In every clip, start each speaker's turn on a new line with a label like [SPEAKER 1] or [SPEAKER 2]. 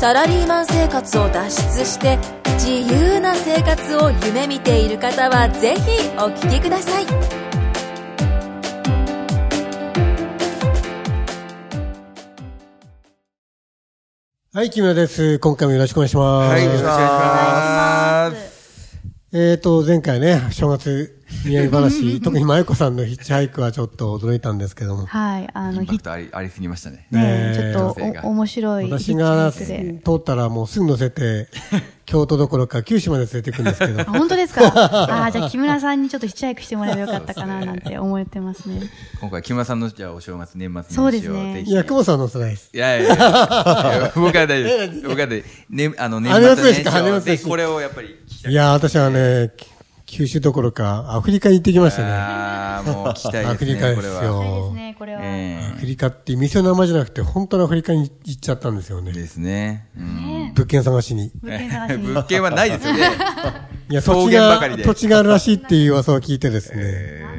[SPEAKER 1] サラリーマン生活を脱出して自由な生活を夢見ている方はぜひお聞きください
[SPEAKER 2] はい、木村です。今回もよろしくお願いします。
[SPEAKER 3] はい、よろしくお願いします。
[SPEAKER 2] えーと、前回ね、正月、宮城話、特にまゆこさんのヒッチハイクはちょっと驚いたんですけども、
[SPEAKER 4] はい、あの、
[SPEAKER 3] インパ
[SPEAKER 4] ひ
[SPEAKER 3] クトありありすぎましたね。
[SPEAKER 4] ね
[SPEAKER 2] ねえ
[SPEAKER 4] えちょっと
[SPEAKER 3] 女性が
[SPEAKER 4] お面白い
[SPEAKER 2] 私が
[SPEAKER 4] ヒッチ
[SPEAKER 2] 通
[SPEAKER 4] ハイクで。
[SPEAKER 2] ったらもうすぐ乗せて、京都どころか九州まで連れて行くんですけど
[SPEAKER 4] あ、、本 当ですかあーじゃあ木村さんにちょっとヒッチハイクしてもらえばよかったかななんて思ってます ね。
[SPEAKER 3] 今回、木村さんの、じゃあ、お正月、年末
[SPEAKER 4] そう
[SPEAKER 3] 年
[SPEAKER 4] で
[SPEAKER 3] 始
[SPEAKER 4] す
[SPEAKER 3] を
[SPEAKER 4] ね
[SPEAKER 3] ぜひ。
[SPEAKER 2] いや、久保さんは乗せないです。
[SPEAKER 3] いやいやいやいや、僕は大丈夫です。僕は大丈夫です。ね、あの、年末
[SPEAKER 2] ありますで
[SPEAKER 3] 年
[SPEAKER 2] しょありますでし
[SPEAKER 3] 始をぜ
[SPEAKER 2] ょ
[SPEAKER 3] ひ、これをやっぱり聞きたい。
[SPEAKER 2] いや、私はね、九州どころかアフリカに行ってきましたね。ア
[SPEAKER 3] あーもう聞きたい
[SPEAKER 2] フ
[SPEAKER 3] で
[SPEAKER 2] リ
[SPEAKER 3] す
[SPEAKER 2] カ
[SPEAKER 3] ね、
[SPEAKER 2] で
[SPEAKER 3] こ
[SPEAKER 2] す
[SPEAKER 3] れ
[SPEAKER 2] よ。
[SPEAKER 3] は。
[SPEAKER 4] そうですね、これは。
[SPEAKER 3] え
[SPEAKER 2] アフリカって店の名前じゃなくて、本当のアフリカに行っちゃったんですよ
[SPEAKER 3] え
[SPEAKER 2] ね。
[SPEAKER 3] ですね。うん
[SPEAKER 2] 物件探しに。
[SPEAKER 4] 物件 探しに。
[SPEAKER 3] 物件はないですよね。
[SPEAKER 2] いや、
[SPEAKER 3] 草
[SPEAKER 2] 土地
[SPEAKER 3] 原ばか
[SPEAKER 2] が
[SPEAKER 3] り、で
[SPEAKER 2] 土地があるらしいっていう噂を聞いてですね。
[SPEAKER 4] な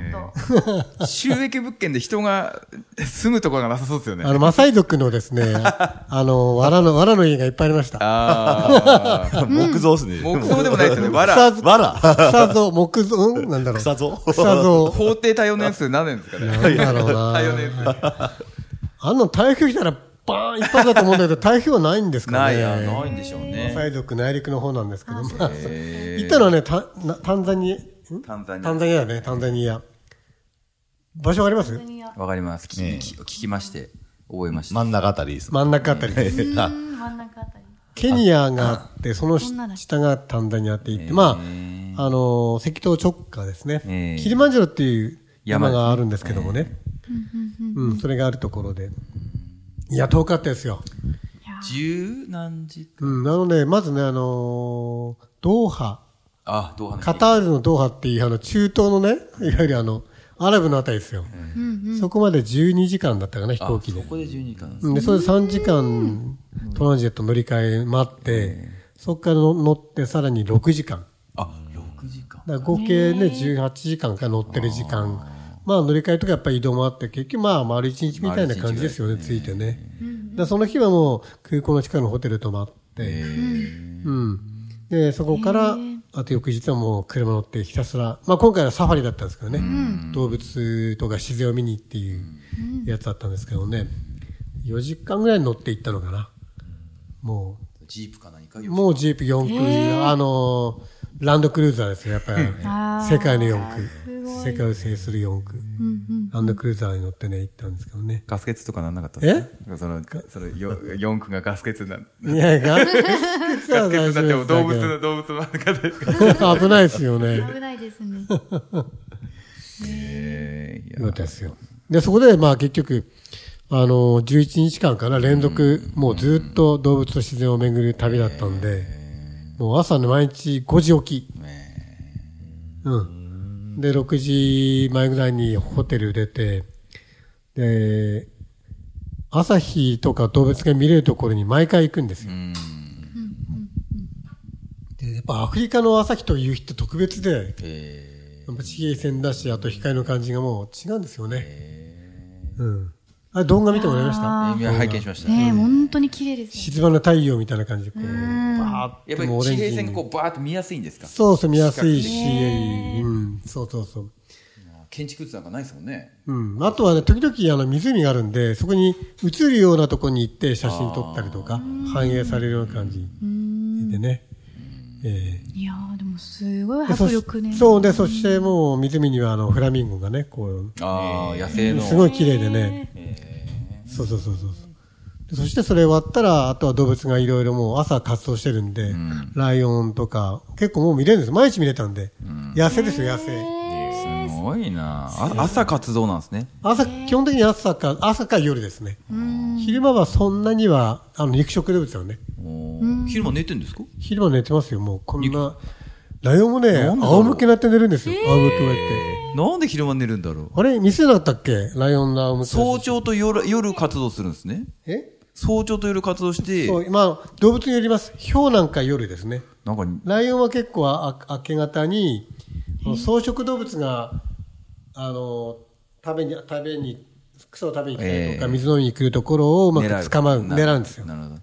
[SPEAKER 4] んと
[SPEAKER 3] 収益物件で人が住むところがなさそうですよね
[SPEAKER 2] あ。の、マサイ族の ですね、あの、藁の、藁の家がいっぱいありました。
[SPEAKER 3] ああ。
[SPEAKER 5] 木造ですね。
[SPEAKER 3] 木造でもないですよね。わ
[SPEAKER 2] 草
[SPEAKER 3] ら。
[SPEAKER 2] 造、
[SPEAKER 5] わら
[SPEAKER 2] 草造、木造、うんなんだろう。
[SPEAKER 5] 草造
[SPEAKER 2] 草 造。
[SPEAKER 3] 法定対応年数何年です かね。
[SPEAKER 2] なんだろう
[SPEAKER 3] 対応
[SPEAKER 2] な。
[SPEAKER 3] 年数。
[SPEAKER 2] あんなの台風来たら、バーン一発だと思うんだ けど、台風はないんですか
[SPEAKER 3] な
[SPEAKER 2] ね。
[SPEAKER 3] いや、ないんでしょう
[SPEAKER 2] マサ
[SPEAKER 3] ね。
[SPEAKER 2] イ族内陸の方なんですけど、まあ、行
[SPEAKER 3] え
[SPEAKER 2] ったのはね、タンなタンザニア、ん
[SPEAKER 3] ー、タンザニ
[SPEAKER 2] タ
[SPEAKER 3] ア
[SPEAKER 2] ン。ザニアだね、タンザニア。場所わかります
[SPEAKER 3] わかります。聞き,、
[SPEAKER 5] ねえ
[SPEAKER 3] 聞きまして、覚えました。
[SPEAKER 5] 真ん中あたりです。
[SPEAKER 2] 真ん中あたりです。
[SPEAKER 5] あ
[SPEAKER 4] うん真ん中あたり。
[SPEAKER 2] ケニアがあって、その
[SPEAKER 4] そんなだ
[SPEAKER 2] 下がタンザニアって言って、まあ、あのー、赤道直下ですね
[SPEAKER 3] え。え
[SPEAKER 2] キリマンジャロっていう山
[SPEAKER 3] 山ですね
[SPEAKER 2] があるんですけどもね。うん、それがあるところで。いや、遠かったですよ。
[SPEAKER 3] 十何時
[SPEAKER 2] うん、なので、まずね、あのー、ドーハ、
[SPEAKER 3] あ、どう話
[SPEAKER 2] カタールのドーハっていう、あの、中東のね、いわゆるあの、アラブのあたりですよ。そこまで12時間だったかな、飛
[SPEAKER 3] あ、
[SPEAKER 2] 行機で
[SPEAKER 3] そ。こで12時間なんです
[SPEAKER 2] うんで、それで3時間トランジェット乗り換え待って、そこからの乗ってさらに6時間。
[SPEAKER 3] あ、6時間。
[SPEAKER 2] だから合計ね、18時間か乗ってる時間。まあ乗り換えとかやっぱり移動もあって、結局まあ丸1日みたいな感じですよね、ついてね。だからその日はもう空港の近くのホテル泊まって、うん。で、そこから、あと翌日はもう車乗ってひたすら、まあ今回はサファリだったんですけどね、動物とか自然を見にっていうやつだったんですけどね、4時間ぐらい乗って行ったのかな。もう、
[SPEAKER 3] ジープか何か
[SPEAKER 2] もうジープ4駆、あのーランドクルーザーですよ、やっぱり。
[SPEAKER 4] あー
[SPEAKER 2] 世界の4駆。世界を制する4駆、ランドクルーザーに乗ってね、行ったんですけどね。
[SPEAKER 3] ガス欠とかなんなかったえその、その、よ4区がガス欠なん
[SPEAKER 2] いや、ガス
[SPEAKER 3] ガス欠だって動物
[SPEAKER 2] の
[SPEAKER 3] の、動物の中で。
[SPEAKER 2] 危ないですよ ね。
[SPEAKER 4] 危ないですね。
[SPEAKER 3] えー、い
[SPEAKER 2] よか
[SPEAKER 3] や
[SPEAKER 2] ったですよ。で、そこで、まあ結局、あのー、11日間から連続、もうずっと動物と自然を巡る旅だったんで、もう朝の毎日5時起き。うん。で、6時前ぐらいにホテル出て、で、朝日とか動物が見れるところに毎回行くんですよ。で、やっぱアフリカの朝日という日って特別で、やっぱ地平線だし、あと光の感じがもう違うんですよね。うん。あれ、動画見てもらいました。
[SPEAKER 3] いや拝見しました。
[SPEAKER 4] ねえ、本当に綺麗ですね。
[SPEAKER 2] 静まの太陽みたいな感じで、こう、バーって
[SPEAKER 3] やっぱり
[SPEAKER 2] もうオレ
[SPEAKER 3] 地
[SPEAKER 2] ンジ
[SPEAKER 3] 平線
[SPEAKER 2] に
[SPEAKER 3] がこうバーッと見やすいんですか
[SPEAKER 2] そうそう、見やすいし、うん、そうそうそう。
[SPEAKER 3] 建築物なんかないですもんね。
[SPEAKER 2] うん。あとはね、時々あの湖があるんで、そこに映るようなとこに行って写真撮ったりとか、反映されるような感じでね。ええ
[SPEAKER 4] いやー、でもすごい
[SPEAKER 2] でそ
[SPEAKER 4] 迫
[SPEAKER 2] し
[SPEAKER 4] 力ね。
[SPEAKER 2] そう で、そしてもう湖にはあの、フラミンゴがね、こう、
[SPEAKER 3] ああ、野生の。
[SPEAKER 2] すごい綺麗でね。そうそうそうそう。でそしてそれ終わったら、あとは動物がいろいろもう朝活動してるんで、ライオンとか、結構もう見れるんです。毎日見れたんで。野生ですよ、野生。
[SPEAKER 3] すごいなあ朝活動なんですね。
[SPEAKER 2] 朝、基本的に朝か、朝か夜ですね。昼間はそんなには、あの、肉食動物はね。
[SPEAKER 3] おー昼間寝てんですか
[SPEAKER 2] 昼間寝てますよ、もう。こんな、ライオンもね、
[SPEAKER 3] なんでだろう
[SPEAKER 2] 仰向けになって寝るんですよ。仰向けをやって。
[SPEAKER 3] なんで昼間寝るんだろう
[SPEAKER 2] あれ見せなかったっけライオンの仰向け。
[SPEAKER 3] 早朝と夜夜活動するんですね
[SPEAKER 2] え
[SPEAKER 3] 早朝と夜活動して
[SPEAKER 2] そう、まあ、動物によります。ヒョウなんか夜ですね。
[SPEAKER 3] なんか
[SPEAKER 2] ライオンは結構ああ明け方に、草食動物が、あの、食べに、食べに、草を食べに来たりとか、
[SPEAKER 3] ええ
[SPEAKER 2] 水飲みに来るところをうま
[SPEAKER 3] 狙
[SPEAKER 2] く捕まう、
[SPEAKER 3] なる
[SPEAKER 2] 狙うんですよ。
[SPEAKER 3] なるほど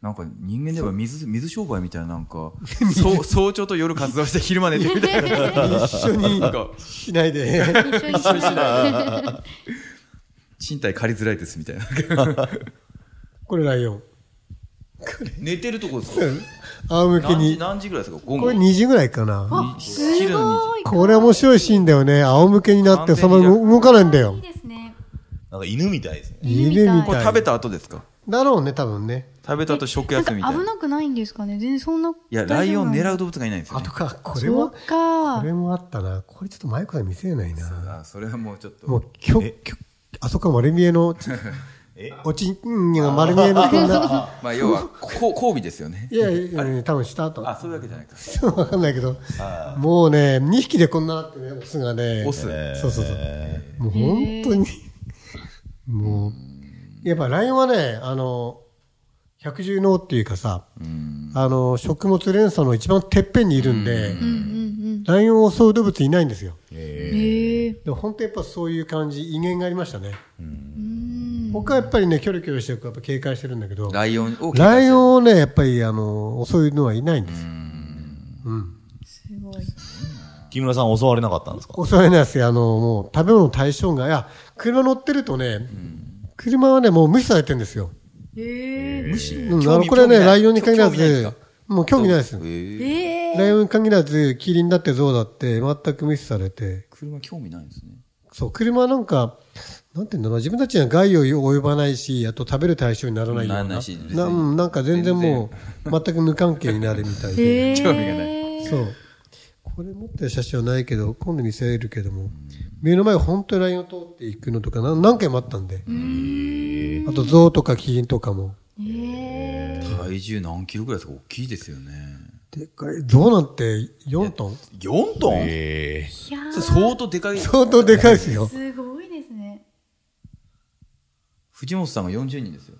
[SPEAKER 3] なんか人間では水水商売みたいななんかそう早朝と夜活動して昼間寝てみたいな一緒になんか
[SPEAKER 2] しないで。
[SPEAKER 4] 一緒にしない。
[SPEAKER 3] 賃貸借りづらいですみたいな
[SPEAKER 2] これライオン。
[SPEAKER 3] 寝てるとこですか
[SPEAKER 2] 仰向け
[SPEAKER 3] 何時
[SPEAKER 2] に。
[SPEAKER 3] 何時ぐらいですか午
[SPEAKER 2] こ
[SPEAKER 3] 後
[SPEAKER 2] れ2時ぐらいかな。
[SPEAKER 4] あ、す
[SPEAKER 3] 昼の2時
[SPEAKER 4] ごい。
[SPEAKER 2] これ面白いシーンだよね。仰向けになって、その
[SPEAKER 3] 完全
[SPEAKER 2] ま
[SPEAKER 3] に
[SPEAKER 2] ま動かないんだ
[SPEAKER 4] いい
[SPEAKER 2] よ。
[SPEAKER 4] ですね。
[SPEAKER 5] なんか犬みたいですね。
[SPEAKER 2] 犬
[SPEAKER 4] 犬み
[SPEAKER 2] み
[SPEAKER 4] たい
[SPEAKER 2] たい。
[SPEAKER 3] これ食べた後ですか
[SPEAKER 2] だろうね、多分ね。
[SPEAKER 3] 食べた後食休みみた
[SPEAKER 4] ないん
[SPEAKER 3] な
[SPEAKER 4] か危なくないんですかね全然そんな。
[SPEAKER 3] いやライオン
[SPEAKER 4] う。
[SPEAKER 3] 狙う動物がいないんですよ、
[SPEAKER 2] あ
[SPEAKER 3] ね
[SPEAKER 2] と、か、これ
[SPEAKER 4] そ
[SPEAKER 2] も
[SPEAKER 4] う、か
[SPEAKER 2] こ。れもあったな。これちょっとマイクは見せれないな。
[SPEAKER 3] あそれはもうちょっと
[SPEAKER 2] もう、きょ、きょ、あそこは丸見え の、ちおちんが丸見えのこんな。
[SPEAKER 3] まあ要はこ交尾ですよね
[SPEAKER 2] いやいやいや、多分した後。
[SPEAKER 3] あそういうわけじゃないか
[SPEAKER 2] わかんないけど。もうね、2匹でこんなってね、オスがね。
[SPEAKER 3] オス
[SPEAKER 2] そうそうそう。もう本当に、もう、やっぱライオンはね、あの、百獣の王っていうかさ、あの、食物連鎖の一番てっぺんにいるんで、ライオンを襲う動物いないんですよ。
[SPEAKER 4] へえ。
[SPEAKER 2] でも本当やっぱそういう感じ、威厳がありましたね。僕はやっぱりね、キョロキョロしてるからやっぱ警戒してるんだけど、
[SPEAKER 3] ライオンを
[SPEAKER 2] ライオンをね、やっぱりあの、襲うのはいないんですよ。
[SPEAKER 4] すごい。
[SPEAKER 5] 木村さん襲われなかったんですか
[SPEAKER 2] 襲われないですよ。あの、もう食べ物の対象が、いや、車乗ってるとね、車はね、もう無視されてるんですよ。
[SPEAKER 4] へえ。
[SPEAKER 3] むしろ
[SPEAKER 2] うん、
[SPEAKER 3] 興
[SPEAKER 2] あの
[SPEAKER 3] 味
[SPEAKER 2] これはね、
[SPEAKER 3] 興味な
[SPEAKER 2] ラ
[SPEAKER 3] い
[SPEAKER 2] イオンに限ら
[SPEAKER 3] 興味ないんです
[SPEAKER 2] ず
[SPEAKER 3] か、
[SPEAKER 2] もう興味ないです。
[SPEAKER 3] ええ
[SPEAKER 4] ええ。
[SPEAKER 2] ライオンに限らず、キリンだってゾウだって、全く無視されて、
[SPEAKER 3] 車興味ないんですね
[SPEAKER 2] そう、車はなんか、なんていうんだろうな、自分たちには害を及ばないし、あと食べる対象にならないような。
[SPEAKER 3] ならないし別に
[SPEAKER 2] なうんなんか全然もう、全く無関係になるみたいで。
[SPEAKER 4] へえ。
[SPEAKER 3] 興味がな
[SPEAKER 2] そう。これ持ってる写真はないけど、今度見せるけども、目の前を本当にラインを通っていくのとかな何回もあったんで。あと、象とかキリンとかも。
[SPEAKER 3] 体重何キロぐらいですか大きいですよね
[SPEAKER 2] でかい。象なんて4トン
[SPEAKER 3] 4トン、
[SPEAKER 5] え
[SPEAKER 4] いやー
[SPEAKER 3] それ相当でかい
[SPEAKER 2] 相当でかいですよ。
[SPEAKER 4] すごいですね。
[SPEAKER 3] 藤本さんが40人ですよ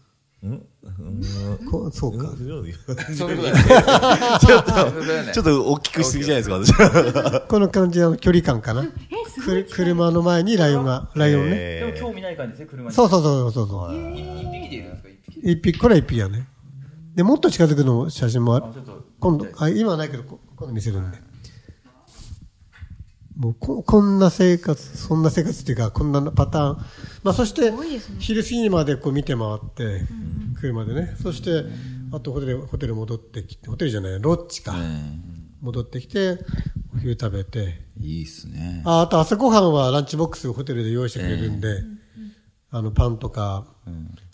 [SPEAKER 2] こそうか。
[SPEAKER 5] ち
[SPEAKER 3] そういうことですよ
[SPEAKER 5] ょ っと、ち
[SPEAKER 3] ち
[SPEAKER 5] ょ
[SPEAKER 3] ょ
[SPEAKER 5] っ
[SPEAKER 3] っ
[SPEAKER 5] と大きくしすぎじゃないですか、私。
[SPEAKER 2] この感じの距離感かな。
[SPEAKER 4] え、す
[SPEAKER 2] く
[SPEAKER 4] ご
[SPEAKER 2] る
[SPEAKER 4] い。
[SPEAKER 2] 車の前にライオンが、ライオンね。
[SPEAKER 3] とでも
[SPEAKER 5] え
[SPEAKER 3] 興味ない感じですね車に
[SPEAKER 2] そうそうそうそうそう。
[SPEAKER 3] 1匹でいるんですか一匹
[SPEAKER 2] 一匹、これは一匹やね。で、もっと近づくの写真もある
[SPEAKER 3] あちょっと
[SPEAKER 2] 今度、あ、今はないけど、こ今度見せるんで。もうこ、こんな生活、そんな生活っていうか、こんなパターン。まあ、そして
[SPEAKER 4] ごいですね、
[SPEAKER 2] 昼過ぎまでこう見て回って、車でね。そして、あとホテル、ホテル戻ってきて、ホテルじゃない、ロッチか。戻ってきて、お昼食べて。
[SPEAKER 3] いいっすね
[SPEAKER 2] あ、あと朝ごはんはランチボックスをホテルで用意してくれるんで、あの、パンとか、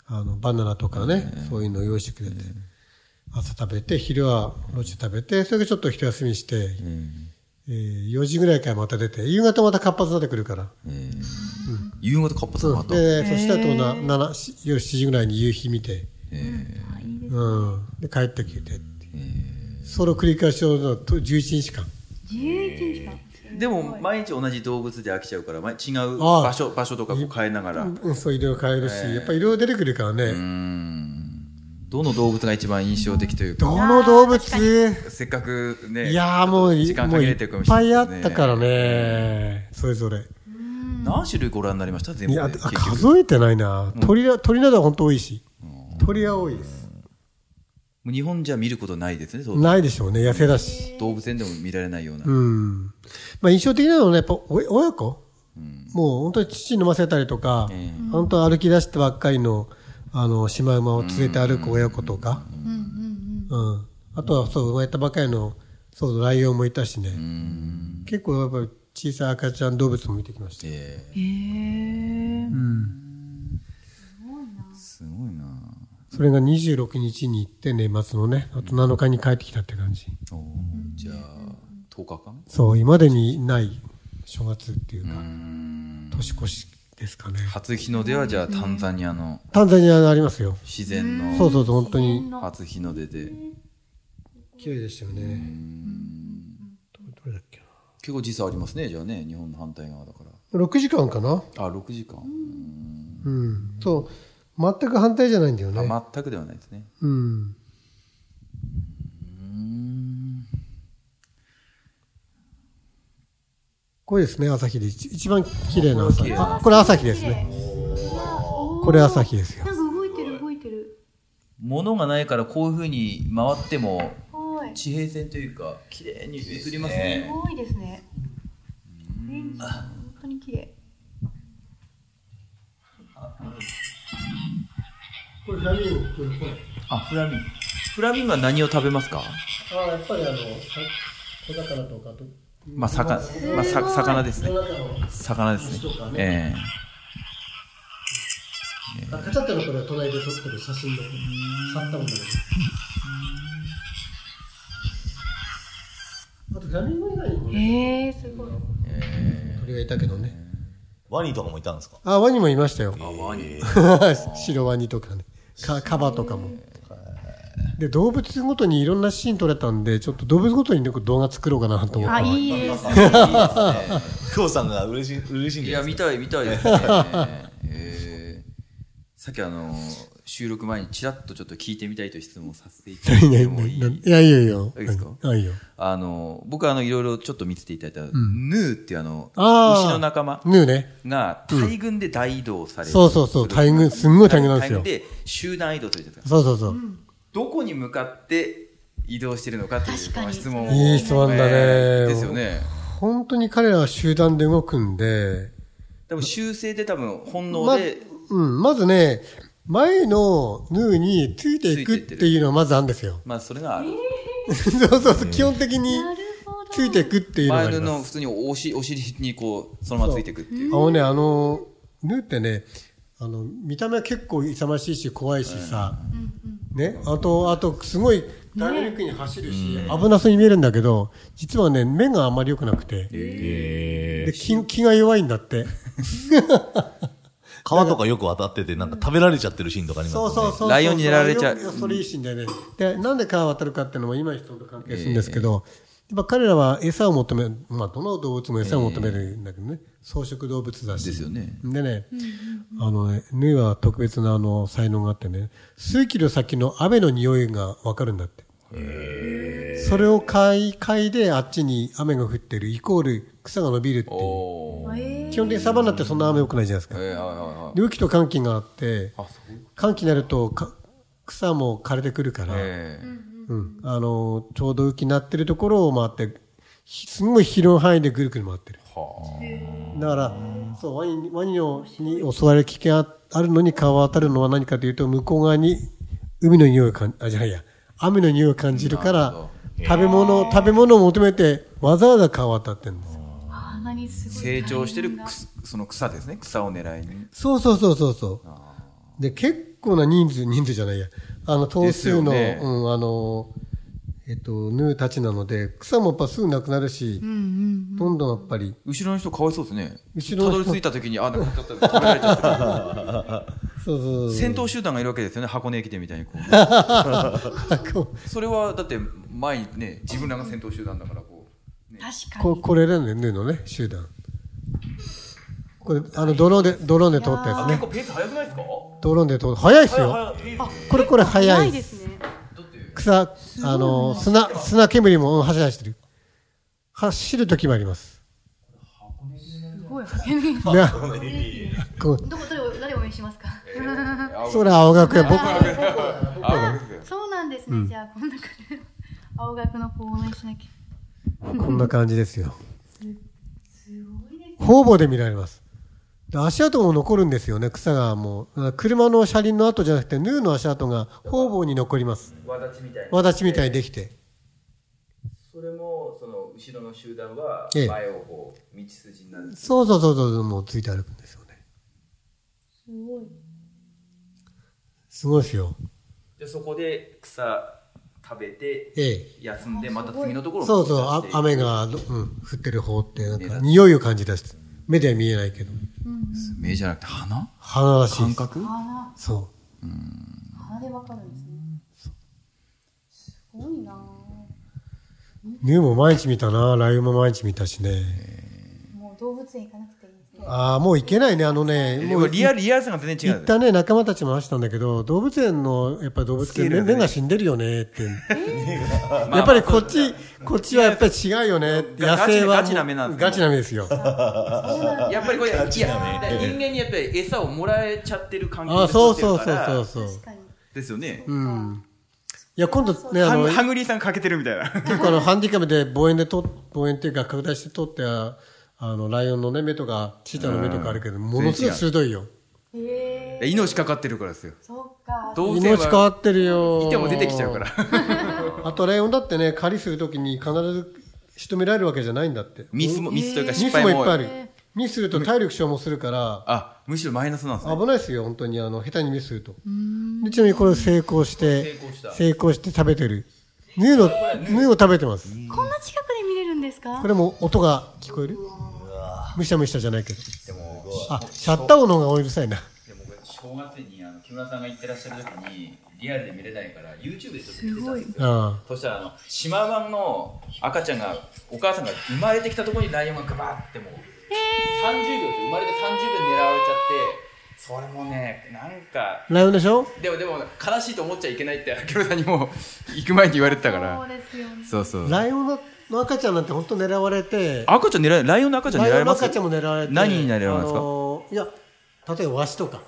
[SPEAKER 2] あの、バナナとかね、そういうのを用意してくれて、朝食べて、昼はロチで食べて、それでちょっと一休みして、えー4時ぐらいからまた出て、夕方また活発になってくるから。
[SPEAKER 3] 夕方活発
[SPEAKER 2] そ
[SPEAKER 3] な
[SPEAKER 2] う
[SPEAKER 3] のあった
[SPEAKER 2] で、そしたらな7し夜7時ぐらいに夕日見て、うん。で、帰ってきてっていう。それを繰り返しをのと11日間。
[SPEAKER 4] 11日間。
[SPEAKER 3] でも毎日同じ動物で飽きちゃうから毎違う
[SPEAKER 2] ああ
[SPEAKER 3] 場所場所とかこう変えながら
[SPEAKER 2] うん、そう、いろいろ変えるし、やっぱりいろいろ出てくるからね。
[SPEAKER 3] どの動物が一番印象的というか
[SPEAKER 2] どの動物
[SPEAKER 3] せっかくね
[SPEAKER 2] いやーもうい、
[SPEAKER 3] 時間
[SPEAKER 2] も
[SPEAKER 3] か
[SPEAKER 2] う
[SPEAKER 3] け
[SPEAKER 2] い
[SPEAKER 3] れてるか
[SPEAKER 2] っ
[SPEAKER 3] もしれ
[SPEAKER 2] ぱ
[SPEAKER 3] ない
[SPEAKER 2] い
[SPEAKER 3] です
[SPEAKER 2] あ
[SPEAKER 3] ね
[SPEAKER 2] ったからね、それぞれ。
[SPEAKER 3] 何種類ご覧になりました全部
[SPEAKER 2] い
[SPEAKER 3] で
[SPEAKER 2] や、あ
[SPEAKER 3] 結局
[SPEAKER 2] 数えてないな。鳥は、鳥などは本当多いし。鳥は多いです。
[SPEAKER 3] もう日本じゃ見ることないですねそう
[SPEAKER 2] ないでしょうね、野生だし。
[SPEAKER 3] 動物園でも見られないような、
[SPEAKER 2] うん。まあ印象的なのはね、やっぱお親子。もう本当に父飲ませたりとか、本当歩き出したばっかりの、あの、シマウマを連れて歩く親子とか。うん。あとはそう、生まれたばっかりの、そう、ライオンもいたしね。結構やっぱり小さい赤ちゃん動物も見てきました。
[SPEAKER 3] ええすごいな
[SPEAKER 2] それが26日に行って、年末のね、あと7日に帰ってきたって感じ。
[SPEAKER 3] おーじゃあ10日間
[SPEAKER 2] そう、今までにない正月っていうか、年越しですかね。
[SPEAKER 3] 初日の出はじゃあタンザニアの
[SPEAKER 2] タンザニアがありますよ。
[SPEAKER 3] 自然の
[SPEAKER 2] そうそうそう、本当に。
[SPEAKER 3] 初日の出で
[SPEAKER 2] 綺麗でしたよね。
[SPEAKER 3] 結構時差ありますね、じゃあね、日本の反対側だか
[SPEAKER 2] 6時間かな
[SPEAKER 3] ら。あ、6時間。
[SPEAKER 2] うん。そう。全く反対じゃないんだよね。
[SPEAKER 3] あ全くではないですね。
[SPEAKER 2] うん。これですね、朝日で一一番綺麗な朝日。あこれ朝日ですね。これ朝日ですよ
[SPEAKER 4] な。んか動いてる動いてる。
[SPEAKER 3] 物がないからこういうふうに回っても、
[SPEAKER 4] はい。す
[SPEAKER 3] 地平線というか、綺麗に映りますね。
[SPEAKER 4] ごいですね。オレンジ本当に綺麗。
[SPEAKER 2] これ何を
[SPEAKER 3] あ、フラミンゴ。フラミンゴは何を食べますか
[SPEAKER 2] あやっぱりあの、小魚とかと、
[SPEAKER 3] まあ、魚、まあ、さ魚ですね。魚です
[SPEAKER 2] そうか
[SPEAKER 3] ね。ええ
[SPEAKER 2] カチャってのこれは隣で撮ってる写真の、去ったものです。あと、フラミンゴ以外にもね、
[SPEAKER 4] ええすごい。
[SPEAKER 2] 鳥がいたけどね。
[SPEAKER 5] ワニとかもいたんですか
[SPEAKER 2] あ、ワニもいましたよ。
[SPEAKER 3] ワニ。
[SPEAKER 2] 白ワニとかねかカバとかもで動物ごとにいろんなシーン撮れたんでちょっと動物ごとにね動画作ろうかなと思っ
[SPEAKER 4] あ
[SPEAKER 2] て
[SPEAKER 4] いいです。
[SPEAKER 5] 久保さんが嬉しい、嬉しいん
[SPEAKER 3] い
[SPEAKER 5] じゃ
[SPEAKER 3] や、
[SPEAKER 5] ない
[SPEAKER 3] 見
[SPEAKER 5] です
[SPEAKER 3] たい、見たい ですね。ええさっきあの、収録前にちらっとちょっと聞いてみたいという質問をさせていただい
[SPEAKER 2] いや
[SPEAKER 3] て
[SPEAKER 2] い
[SPEAKER 3] もい
[SPEAKER 2] や
[SPEAKER 3] い
[SPEAKER 2] いやいやいや
[SPEAKER 3] いいですか
[SPEAKER 2] あいいよ
[SPEAKER 3] あの、僕はあの、いろいろちょっと見せていただいた、ヌーっていうあの、
[SPEAKER 2] あー
[SPEAKER 3] 牛の仲間
[SPEAKER 2] ヌーね
[SPEAKER 3] が大群で大移動される。
[SPEAKER 2] そうそうそう大群すんごい大群なんですよ
[SPEAKER 3] 大群で集団移動というじゃないですか。
[SPEAKER 2] そうそうそう、
[SPEAKER 3] どこに向かって移動してるのかっていう
[SPEAKER 4] 確かに
[SPEAKER 3] 質問を。
[SPEAKER 2] いい質問だね
[SPEAKER 3] えーですよね。
[SPEAKER 2] 本当に彼らは集団で動くんで
[SPEAKER 3] 多分修正で多分本能
[SPEAKER 2] ま
[SPEAKER 3] で、
[SPEAKER 2] うん、まずね前のヌーについていくっていうのはまずあるんですよ。
[SPEAKER 3] まあそれがある。
[SPEAKER 2] そうそうそう、基本的に
[SPEAKER 4] なるほど。
[SPEAKER 2] ついていくっていうのがあ
[SPEAKER 3] 前
[SPEAKER 2] ります
[SPEAKER 3] の。普通にお尻お尻にこう、そのままついていくっていう。
[SPEAKER 2] あのね、あの、ヌーってね、あの、見た目は結構勇ましいし、怖いしさ、ね、あと、あと、すごい、ダイナミックに走るし、危なそうに見えるんだけど、実はね、目があんまり良くなくて、で気気が弱いんだって。
[SPEAKER 5] 川とかよく渡ってて、なんか食べられちゃってるシーンとかあります
[SPEAKER 2] そ
[SPEAKER 5] よ
[SPEAKER 2] う
[SPEAKER 5] ね。
[SPEAKER 2] そうそうそう。
[SPEAKER 3] ライオンにやられちゃう
[SPEAKER 2] そそれいいシーンだよね。で、なんで川渡るかっていうのも今の人と関係するんですけど、やっぱ彼らは餌を求める、まあ、どの動物も餌を求めるんだけどね、草食動物だし。
[SPEAKER 3] ですよね。
[SPEAKER 2] でね、あのね、ヌーは特別なあの才能があってね、数キロ先の雨の匂いがわかるんだって。それを嗅い、嗅いであっちに雨が降ってる、イコール草が伸びるっていう。
[SPEAKER 3] おー。
[SPEAKER 4] え
[SPEAKER 2] 基本的にサバンナってそんな雨多くないじゃないです
[SPEAKER 3] え
[SPEAKER 2] か。
[SPEAKER 3] ー、はいはいはい。
[SPEAKER 2] で雨季と寒季があって、
[SPEAKER 3] あ、そう。
[SPEAKER 2] 寒気になるとか草も枯れてくるから、
[SPEAKER 3] え
[SPEAKER 2] うん、あのちょうど雨季になってるところを回ってひすごい広い範囲でぐるぐる回ってる
[SPEAKER 3] ー。は
[SPEAKER 2] だからそうワニワニをに襲われる危険ああるのに川を渡るのは何かというと向こう側に海の匂いを感じあじゃないや雨の匂いを感じるか
[SPEAKER 3] なる
[SPEAKER 2] ら食べ物を食べ物を求めてわざわざ川を渡ってるんですよ
[SPEAKER 4] あんなにす
[SPEAKER 3] あ。
[SPEAKER 4] ごい。
[SPEAKER 3] 成長してるくすその草ですね。草を狙いに。
[SPEAKER 2] そうそうそうそうそう。で、結構な人数、人数じゃないや。あの、頭数の、
[SPEAKER 3] ですよね
[SPEAKER 2] うん、あの、えっと、ヌーたちなので、草もやっぱすぐなくなるし、どんどんやっぱり、
[SPEAKER 3] 後ろの人かわいそうですね。
[SPEAKER 2] 後ろの
[SPEAKER 3] た
[SPEAKER 2] 人
[SPEAKER 3] どり着いた時に、あ、なんか食べられちゃった。
[SPEAKER 2] そうそうそう。
[SPEAKER 3] 戦闘集団がいるわけですよね。箱根駅伝みたいにこう。
[SPEAKER 2] こ
[SPEAKER 3] それはだって前にね自分らが戦闘集団だからこ
[SPEAKER 4] 確か
[SPEAKER 2] こ
[SPEAKER 4] に。
[SPEAKER 2] これなんで、ヌーのね、集団。これ、あの、ドローンで、ドローンで撮ったやつ
[SPEAKER 3] う、結
[SPEAKER 2] ね。
[SPEAKER 3] 構ペース速くないですか
[SPEAKER 2] ドローンで撮った。早いっすよ。これ、これ早
[SPEAKER 4] ないい
[SPEAKER 2] で。
[SPEAKER 4] ですすね。
[SPEAKER 2] 草、あの、砂、砂煙も、うん、走らしてる。走る時もあります。
[SPEAKER 4] すごい。
[SPEAKER 2] ね、こう
[SPEAKER 4] どこどれ誰を応援しますか。
[SPEAKER 2] それ青学や、僕、
[SPEAKER 4] そうなんですね。じゃあこの中で青学の子を応援しなきゃ。
[SPEAKER 2] こんな感じですよ。
[SPEAKER 4] すごいです。
[SPEAKER 2] 方々で見られます。で足跡も残るんですよね、草がもう。あ車の車輪の跡じゃなくて、ヌーの足跡が方々に残ります。
[SPEAKER 3] わだちみたいな
[SPEAKER 2] わだちみたいにできて。
[SPEAKER 3] それもその後ろの集団は
[SPEAKER 2] ええ
[SPEAKER 3] 前をこう道筋になる
[SPEAKER 2] そうそうそうそう、もうついて歩くんですよね。
[SPEAKER 4] すごい。
[SPEAKER 2] すごいですよ。
[SPEAKER 3] でそこで草食べて
[SPEAKER 2] ええ。
[SPEAKER 3] 休んでまた次のところ
[SPEAKER 2] そうそう、あ
[SPEAKER 3] あ
[SPEAKER 2] 雨が、どうん、降ってる方って、なんか、匂いを感じ出して。目では見えないけど。
[SPEAKER 3] 目じゃなくて鼻
[SPEAKER 2] 鼻らしいで
[SPEAKER 3] 感
[SPEAKER 2] す。
[SPEAKER 3] 覚
[SPEAKER 4] 鼻
[SPEAKER 2] そ
[SPEAKER 4] 鼻でわかるんですね。すごいなぁ。
[SPEAKER 2] う。ヌーも毎日見たな、ライオンも毎日見たしね。
[SPEAKER 4] もう動物園行かなくていいですね。
[SPEAKER 2] ああ、もう行けないね、あのね、
[SPEAKER 3] で
[SPEAKER 2] も
[SPEAKER 3] も
[SPEAKER 2] う
[SPEAKER 3] リアル、リアルさが全然違
[SPEAKER 2] 行
[SPEAKER 3] う
[SPEAKER 2] っ。たね、仲間たちも話したんだけど、動物園の、やっぱ動物
[SPEAKER 3] スケー
[SPEAKER 2] 園、
[SPEAKER 3] ルがね
[SPEAKER 2] 目が死んでるよねって。
[SPEAKER 3] まあまあ
[SPEAKER 2] やっぱりこっち、こっちはやっぱり違うよねって。
[SPEAKER 3] ガ
[SPEAKER 2] 野生はもう。
[SPEAKER 3] ガチな目なんですね
[SPEAKER 2] ガチな目です よ。あ
[SPEAKER 6] やっぱりこれ、いや、人間にやっぱり餌をもらえちゃってる環境
[SPEAKER 2] あ、
[SPEAKER 6] で
[SPEAKER 2] そう
[SPEAKER 6] 育って
[SPEAKER 2] そ
[SPEAKER 6] る
[SPEAKER 2] う
[SPEAKER 6] か
[SPEAKER 2] そう
[SPEAKER 6] ら
[SPEAKER 2] そうそう。
[SPEAKER 4] 確かに。
[SPEAKER 3] ですよね。
[SPEAKER 2] うん。いや、今度ね、あ
[SPEAKER 3] ハ
[SPEAKER 2] の
[SPEAKER 3] ン、ハングリーさん欠けてるみたいな。
[SPEAKER 2] 結構あの、ハンディカムで望遠でと、望遠っていうか拡大して撮って、あの、ライオンのね、目とか、チーターの目とかあるけど、ものすごい鋭いよ。
[SPEAKER 4] ええ。
[SPEAKER 3] 命かかってるからですよ。
[SPEAKER 4] そっか。
[SPEAKER 3] どうせ
[SPEAKER 2] 命変わってるよ。
[SPEAKER 3] いても出てきちゃうから。。
[SPEAKER 2] あとライオンだってね、狩りするときに必ず仕留められるわけじゃないんだって。
[SPEAKER 3] ミスも、ミスというか
[SPEAKER 2] ミ
[SPEAKER 3] 失
[SPEAKER 2] ス
[SPEAKER 3] 敗
[SPEAKER 2] もいっ
[SPEAKER 3] も多
[SPEAKER 2] ぱいあ
[SPEAKER 3] い。
[SPEAKER 2] る。ミスすると体力消耗するから、
[SPEAKER 3] あ、むしろマイナスなんですね。
[SPEAKER 2] 危ないですよ、本当に。あの、下手にミスすると。でちなみにこれを成功して、成功して食べてる。ヌーの、ヌーを食べてます。
[SPEAKER 4] こんな近くで見れるんですか
[SPEAKER 2] これも音が聞こえるむしゃむしゃじゃないけど。あ、シャッター音の方がうるさいな。
[SPEAKER 7] でも僕正月にあの木村さんが行ってらっしゃる時にリアルで見れないから YouTube でちょっと見てたんですよ
[SPEAKER 2] あ
[SPEAKER 7] そしたらあの島版の赤ちゃんがお母さんが生まれてきたところにライオンがグバーってもう30秒で生まれて30秒で狙われちゃってそれもねなんか
[SPEAKER 2] あ。ライオンでしょ
[SPEAKER 6] でも、でも、悲しいと思っちゃいけない って、
[SPEAKER 3] 木村さんにもう行く前に言われてたか
[SPEAKER 4] そう
[SPEAKER 3] ら。
[SPEAKER 4] ですよね。
[SPEAKER 3] そうそう。
[SPEAKER 2] ライオンのの赤ちゃんなんて本当狙われて、
[SPEAKER 3] 赤ちゃん狙え、ライオンの赤ちゃん
[SPEAKER 2] ラ
[SPEAKER 3] 狙
[SPEAKER 2] イ
[SPEAKER 3] わ
[SPEAKER 2] オ
[SPEAKER 3] れ
[SPEAKER 2] ンの
[SPEAKER 3] ます
[SPEAKER 2] 赤ちゃんも狙われて。
[SPEAKER 3] 何に狙われますか
[SPEAKER 2] あのーいや、例えばワシとか。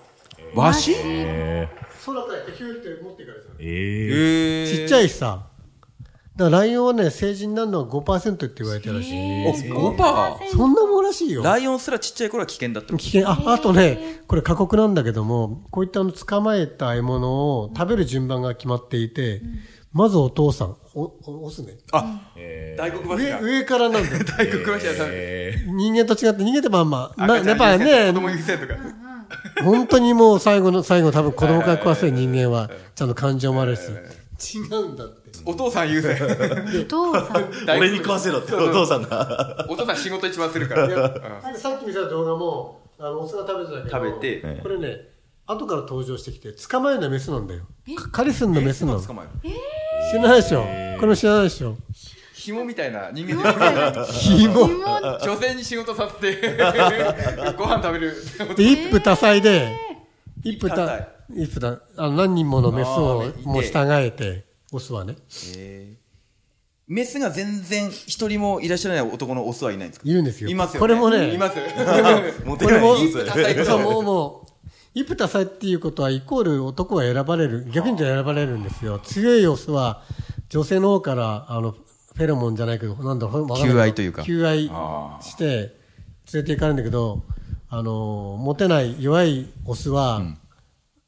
[SPEAKER 3] わし
[SPEAKER 5] え
[SPEAKER 2] 空からヒューって持っていかれ
[SPEAKER 5] ー、え
[SPEAKER 3] え
[SPEAKER 2] ちっちゃいしさ。だからライオンはね、成人になるのは5%って言われてるらしい。
[SPEAKER 3] お、5%? パ
[SPEAKER 2] そんなもんらしいよ
[SPEAKER 3] ー。ライオンすらちっちゃい頃は危険だってこと
[SPEAKER 2] 危険。あ、あとね、これ過酷なんだけども、こういったあの捕まえた獲物を食べる順番が決まっていて、まずお父さん、お、お、オスね。
[SPEAKER 6] 大黒柱
[SPEAKER 2] 上、上からなん だよ。
[SPEAKER 3] 大黒柱さん。
[SPEAKER 2] 人間と違って逃げてまんま。な、
[SPEAKER 3] 赤ちゃ
[SPEAKER 2] やっ
[SPEAKER 3] ん
[SPEAKER 2] ぱね
[SPEAKER 3] 子、供にせとか。
[SPEAKER 2] 本当にもう最後の最後多分子供から食わせる人間は、ちゃんと感情もあるし。違うんだって。
[SPEAKER 3] お父さん優先。
[SPEAKER 4] お父さん。
[SPEAKER 5] ー、俺に食わせろって、お父さんが。
[SPEAKER 3] お父さん仕事一番するから。
[SPEAKER 2] さっき見せた動画も、あの、オスが食べてたけど。
[SPEAKER 3] 食べて
[SPEAKER 2] これね、後から登場してきて、捕まえるのはメスなんだよ。カリスンのメスなの。
[SPEAKER 3] 捕まえる。
[SPEAKER 2] 知らないでしょ。これも知らないでしょ。
[SPEAKER 3] 紐みたい な人間で
[SPEAKER 2] 紐。
[SPEAKER 3] 女性に仕事させて ご飯食べる
[SPEAKER 2] で、一夫多妻で、一夫
[SPEAKER 3] 一夫多
[SPEAKER 2] 多
[SPEAKER 3] 妻、
[SPEAKER 2] 一夫多、あの、何人ものメスを
[SPEAKER 3] あー
[SPEAKER 2] もう従えて、オスはね。
[SPEAKER 3] メスが全然一人もいらっしゃらない男のオスはいないんですか
[SPEAKER 2] いるんですよ
[SPEAKER 3] いますよ、ね、
[SPEAKER 2] これもね
[SPEAKER 3] いますよね
[SPEAKER 5] モテ
[SPEAKER 2] これ
[SPEAKER 5] ない
[SPEAKER 2] も、
[SPEAKER 5] 人生
[SPEAKER 2] そう、もう、もう、一夫多妻っていうことは、イコール男は選ばれる、逆に言うと選ばれるんですよ。強いオスは、女性の方から、あの、フェロモンじゃないけど、なんだろう、わかんな
[SPEAKER 3] 求愛というか
[SPEAKER 2] 求愛
[SPEAKER 3] あ
[SPEAKER 2] して、連れて行かれるんだけど、あの、モテない、弱いオスは、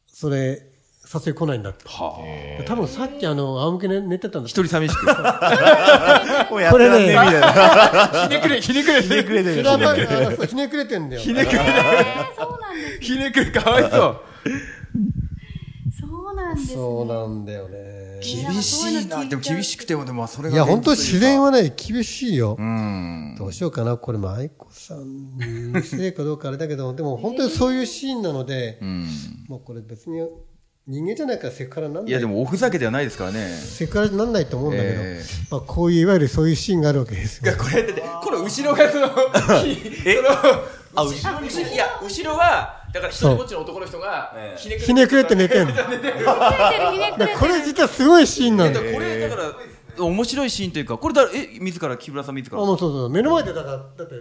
[SPEAKER 2] それ、誘い来ないんだって。多分さっきあの、仰向けで寝てたんだって
[SPEAKER 3] 一人寂 しく
[SPEAKER 5] もうやってらんねえみたいな。
[SPEAKER 3] ひねくれひねくれ
[SPEAKER 5] ひねくれて
[SPEAKER 2] ひ
[SPEAKER 5] る。
[SPEAKER 2] らばあそうひねくれてんだよ。
[SPEAKER 4] えーそうなん です。
[SPEAKER 3] ひねくれかわいそう
[SPEAKER 4] そうなんですね。
[SPEAKER 2] そうなんだよね。
[SPEAKER 3] 厳しいなでも厳しくてもでもそれ
[SPEAKER 2] い
[SPEAKER 3] が
[SPEAKER 2] や、本当自然
[SPEAKER 3] は
[SPEAKER 2] はね、厳しいよ。
[SPEAKER 3] うん
[SPEAKER 2] どうしようかな、これ、も愛子さんに失礼かどうかあれだけど、でも本当にそういうシーンなので、もうこれ別に人間じゃないからセクハラになん
[SPEAKER 3] い
[SPEAKER 2] な
[SPEAKER 3] や
[SPEAKER 2] い
[SPEAKER 3] で。もおふざけではないですからね
[SPEAKER 2] セクハラになんないと思うんだけど、
[SPEAKER 3] ええ
[SPEAKER 2] まあこういういわゆるそういうシーンがあるわけですよ。
[SPEAKER 6] これだってこの後ろが その え
[SPEAKER 5] あ、後ろに
[SPEAKER 6] そのいや後ろはだから一人ぼっちの男の人が
[SPEAKER 5] ええ
[SPEAKER 6] ひねくれ
[SPEAKER 2] ひねくれて寝てんの。だか
[SPEAKER 4] ひねくれてる、ひね
[SPEAKER 2] ら
[SPEAKER 4] く
[SPEAKER 2] こ
[SPEAKER 4] れ
[SPEAKER 2] れ実はすごいシーンなんだ
[SPEAKER 3] だから
[SPEAKER 2] よ。
[SPEAKER 3] これだから面白いシーンというかこれだえ自ら木村さん自
[SPEAKER 2] あ、
[SPEAKER 3] ら
[SPEAKER 2] もうそうそう。目の前でだから、だって、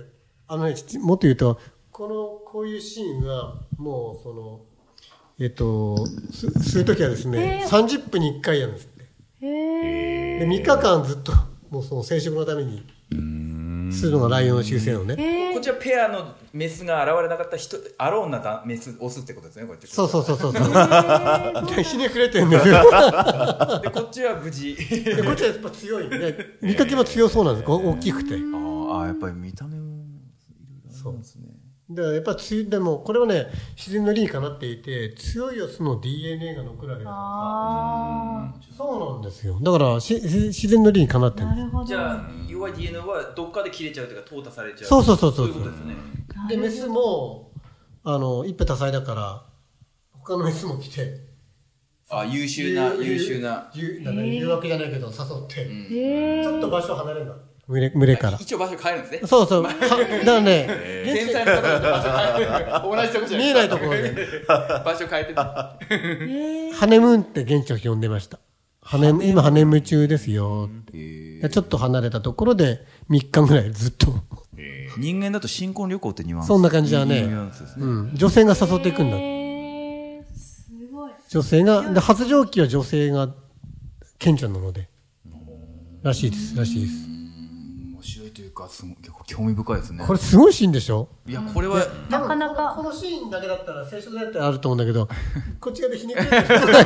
[SPEAKER 2] あのね、ちもっと言うと、この、こういうシーンが、もうその、えっと、す、するときはですね、
[SPEAKER 4] ええ
[SPEAKER 2] 30分に1回やるんですって。
[SPEAKER 4] てる。へえ。
[SPEAKER 2] で3日間ずっともうその生殖のためにするのがライオンの習性をね、
[SPEAKER 7] こっちはペアのメスが現れなかった人アローンなだメスオスってことですねこっち
[SPEAKER 2] そうそうそうそうそうひねくれてるんですよ
[SPEAKER 7] でこっちは無事
[SPEAKER 2] でこっちはやっぱ強いんで見かけも強そうなんですこう大きくて
[SPEAKER 3] ああやっぱり見た目も
[SPEAKER 2] そうですねだからやっぱ強いでもこれはね自然の理にかなっていて強いオスの DNA が残るわけだ
[SPEAKER 4] あ
[SPEAKER 2] からそうなんですよだからしし自然の理にかなって
[SPEAKER 4] あ。
[SPEAKER 2] るん
[SPEAKER 4] な
[SPEAKER 2] です
[SPEAKER 4] るほど。
[SPEAKER 7] じゃあ弱い DNA はどっかで切れちゃうというか淘汰されちゃう
[SPEAKER 2] そうそうそうそ
[SPEAKER 7] そ
[SPEAKER 2] う
[SPEAKER 7] ういうことですね
[SPEAKER 2] でメスもあの一夫多妻だから他のメスも来て
[SPEAKER 3] あ優秀な
[SPEAKER 2] ゆ
[SPEAKER 3] 優秀な
[SPEAKER 2] ゆなんだ誘惑じゃないけど誘って、
[SPEAKER 4] え
[SPEAKER 2] ちょっと場所離れるんだ群れ群れから
[SPEAKER 3] 一応場所変えるんですね
[SPEAKER 2] そう そうはだからね
[SPEAKER 3] 天才の方だと場所変える同じとこじゃない
[SPEAKER 2] 見えないところで
[SPEAKER 3] 場所変えてた
[SPEAKER 2] ハネムーンって現地を呼んでました。ハネ今ハネムーン中ですよって、ちょっと離れたところで3日ぐらいずっと。
[SPEAKER 8] 人間だと新婚旅行ってニュアンス
[SPEAKER 2] そんな感じだね
[SPEAKER 8] ニュアンスですね
[SPEAKER 2] うん。女性が誘っていくんだ。
[SPEAKER 4] ー、すごい。
[SPEAKER 2] 女性が、で、発情期は女性が顕著なので。らしいです、らしいです。
[SPEAKER 3] 面白いというかすごい結構興味深いですね
[SPEAKER 2] これすごいシーンでしょ
[SPEAKER 3] いやこれは
[SPEAKER 4] なかなか
[SPEAKER 2] このシーンだけだったら、聖書だったらあると思うんだけど、 こっち側でひねく
[SPEAKER 4] 似てるよ。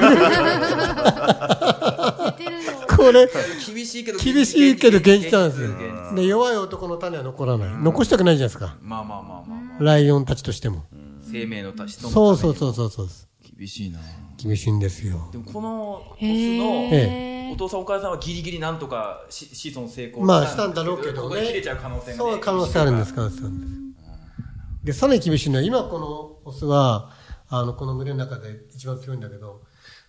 [SPEAKER 2] これ、
[SPEAKER 3] 厳しいけど
[SPEAKER 2] 厳しいけど現実なんです
[SPEAKER 3] 現実
[SPEAKER 2] よ。で、弱い男の種は残らない。残したくないじゃないですか。
[SPEAKER 3] まあまあまあまあまあ
[SPEAKER 2] ライオンたちとしても。
[SPEAKER 3] 生命のた人の
[SPEAKER 2] そうそうそうそうそうです。
[SPEAKER 3] 厳しいな
[SPEAKER 2] 厳しいんですよ。
[SPEAKER 3] でもこのオス
[SPEAKER 2] え
[SPEAKER 3] の
[SPEAKER 2] え
[SPEAKER 3] お父さんお母さんはギリギリなんとかし子孫成功
[SPEAKER 2] まあしたんだろうけどね
[SPEAKER 3] ここで切れちゃう可能性がね
[SPEAKER 2] そう可能性あるんですかでさらに厳しいのは今このオスはあのこの群れの中で一番強いんだけど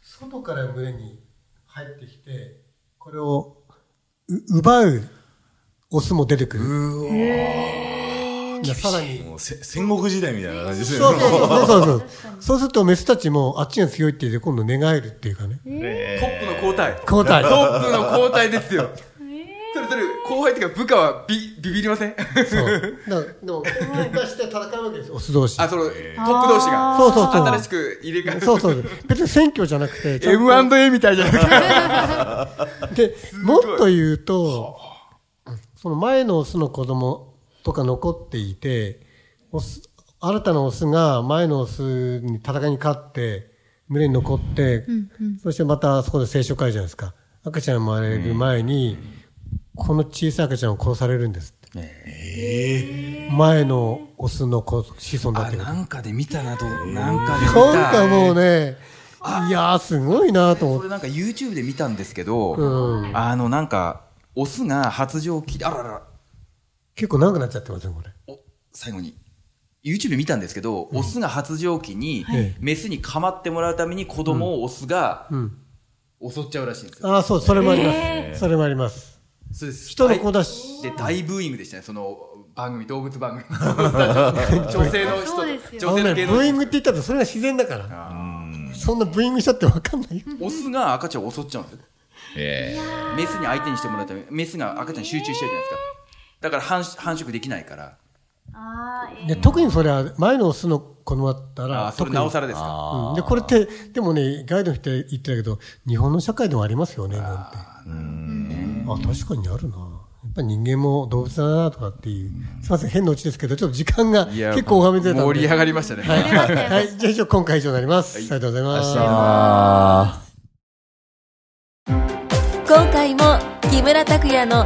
[SPEAKER 2] 外から群れに入ってきてこれをう奪うオスも出てくるいやさらに
[SPEAKER 5] もうせ戦国時代みたいな感じです
[SPEAKER 2] そ
[SPEAKER 5] よ
[SPEAKER 2] う
[SPEAKER 5] ね。
[SPEAKER 2] そうそうそうそうそうするとメスたちもあっちが強いって言って今度寝返るっていうかね
[SPEAKER 3] トップの交代
[SPEAKER 2] 交代
[SPEAKER 3] トップの交代ですよ それそれ後輩っていうか部下はビビビりま せん
[SPEAKER 2] そうだからでも喧嘩して戦うわけですよオス同士
[SPEAKER 3] あそのトップ同士が
[SPEAKER 2] そうそうそう
[SPEAKER 3] 新しく入れ替え
[SPEAKER 2] そうそう。別に選挙じゃなくて、ちゃんと
[SPEAKER 3] M&A みたいじゃないか
[SPEAKER 2] で、もっと言うと、その前のオスの子供とか残っていて、オス、新たなオスが前のオスに戦いに勝って、群れに残って、そしてまたそこで生殖会じゃないですか。赤ちゃん生まれる前に、この小さい赤ちゃんを殺されるんですって。前のオスの子子孫だっ
[SPEAKER 3] あ
[SPEAKER 2] てこと。
[SPEAKER 3] なんかで見たなとなんかで見た
[SPEAKER 2] なんかもうね、いやーすごいなと思っ
[SPEAKER 3] こ
[SPEAKER 2] て。
[SPEAKER 3] れなんか YouTube で見たんですけど、
[SPEAKER 2] うん
[SPEAKER 3] あのなんかオスが発情期であららら
[SPEAKER 2] 結構長くなっちゃってますよ、これ。
[SPEAKER 3] お最後に YouTube で見たんですけど、オスが発情期に、
[SPEAKER 2] はい
[SPEAKER 3] メスに構ってもらうために子供をオスが
[SPEAKER 2] うん。
[SPEAKER 3] 襲っちゃうらしいんですよ、
[SPEAKER 2] ああ、そう、それもあります。それもあります。
[SPEAKER 3] そうです
[SPEAKER 2] 人の子だし。
[SPEAKER 3] で大ブーイングでしたねその番組動物番組女性の人
[SPEAKER 4] そうですよ
[SPEAKER 2] あ
[SPEAKER 3] 女
[SPEAKER 2] のね、ブ
[SPEAKER 3] 性の芸
[SPEAKER 2] ー
[SPEAKER 3] 能
[SPEAKER 2] イ
[SPEAKER 3] 人
[SPEAKER 2] ングって言ったらそれが自然だから。そんなブーイングしたってわかんないよ。
[SPEAKER 3] オスが赤ちゃんを襲っちゃうんですよメスに相手にしてもらうためメスが赤ちゃんに集中しちゃうじゃないですかだから繁殖繁殖できないから
[SPEAKER 4] あー、えー
[SPEAKER 2] で、特にそれは前のオスの子供だった
[SPEAKER 3] あー
[SPEAKER 2] ら、
[SPEAKER 3] そ
[SPEAKER 2] 特
[SPEAKER 3] れ
[SPEAKER 2] に
[SPEAKER 3] なおさらですか
[SPEAKER 2] うんで、これって、でもね、ガイドの人言ってたけど、日本の社会でもありますよね、なんて。あ、確かにあるな。やっぱり人間も動物だなとかっていう。すいません、変なうちですけど、ちょっと時間が
[SPEAKER 3] いや
[SPEAKER 2] 結構おはめてたんで。
[SPEAKER 3] 盛り上がりましたね、
[SPEAKER 2] はい。はい。じゃあ以上、今回以上になります。ありがとうございます。
[SPEAKER 1] 今回も木村拓哉の